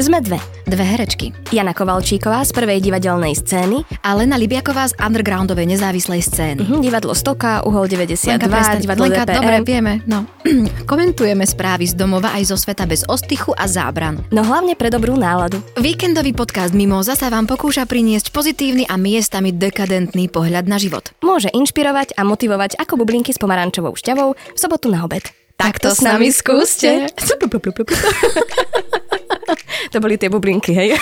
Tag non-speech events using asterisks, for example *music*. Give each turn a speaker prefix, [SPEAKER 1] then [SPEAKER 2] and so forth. [SPEAKER 1] Sme dve. Dve herečky. Jana Kovalčíková z prvej divadelnej scény,
[SPEAKER 2] A Lena Libiaková z undergroundovej nezávislej scény.
[SPEAKER 1] mhm. divadlo Stoka, Uhol 92,
[SPEAKER 2] prestaň.
[SPEAKER 1] divadlo
[SPEAKER 2] Lenka,
[SPEAKER 1] DPM.
[SPEAKER 2] dobre, vieme. No. *clears throat* Komentujeme správy z domova aj zo sveta bez ostychu a zábran.
[SPEAKER 1] No hlavne pre dobrú náladu.
[SPEAKER 2] Víkendový podcast Mimoza sa vám pokúša priniesť pozitívny a miestami dekadentný pohľad na život.
[SPEAKER 1] Môže inšpirovať a motivovať ako bublinky s pomarančovou šťavou v sobotu na obed.
[SPEAKER 2] Takto s nami *laughs* skúste.
[SPEAKER 1] To boli tie bublinky, hej?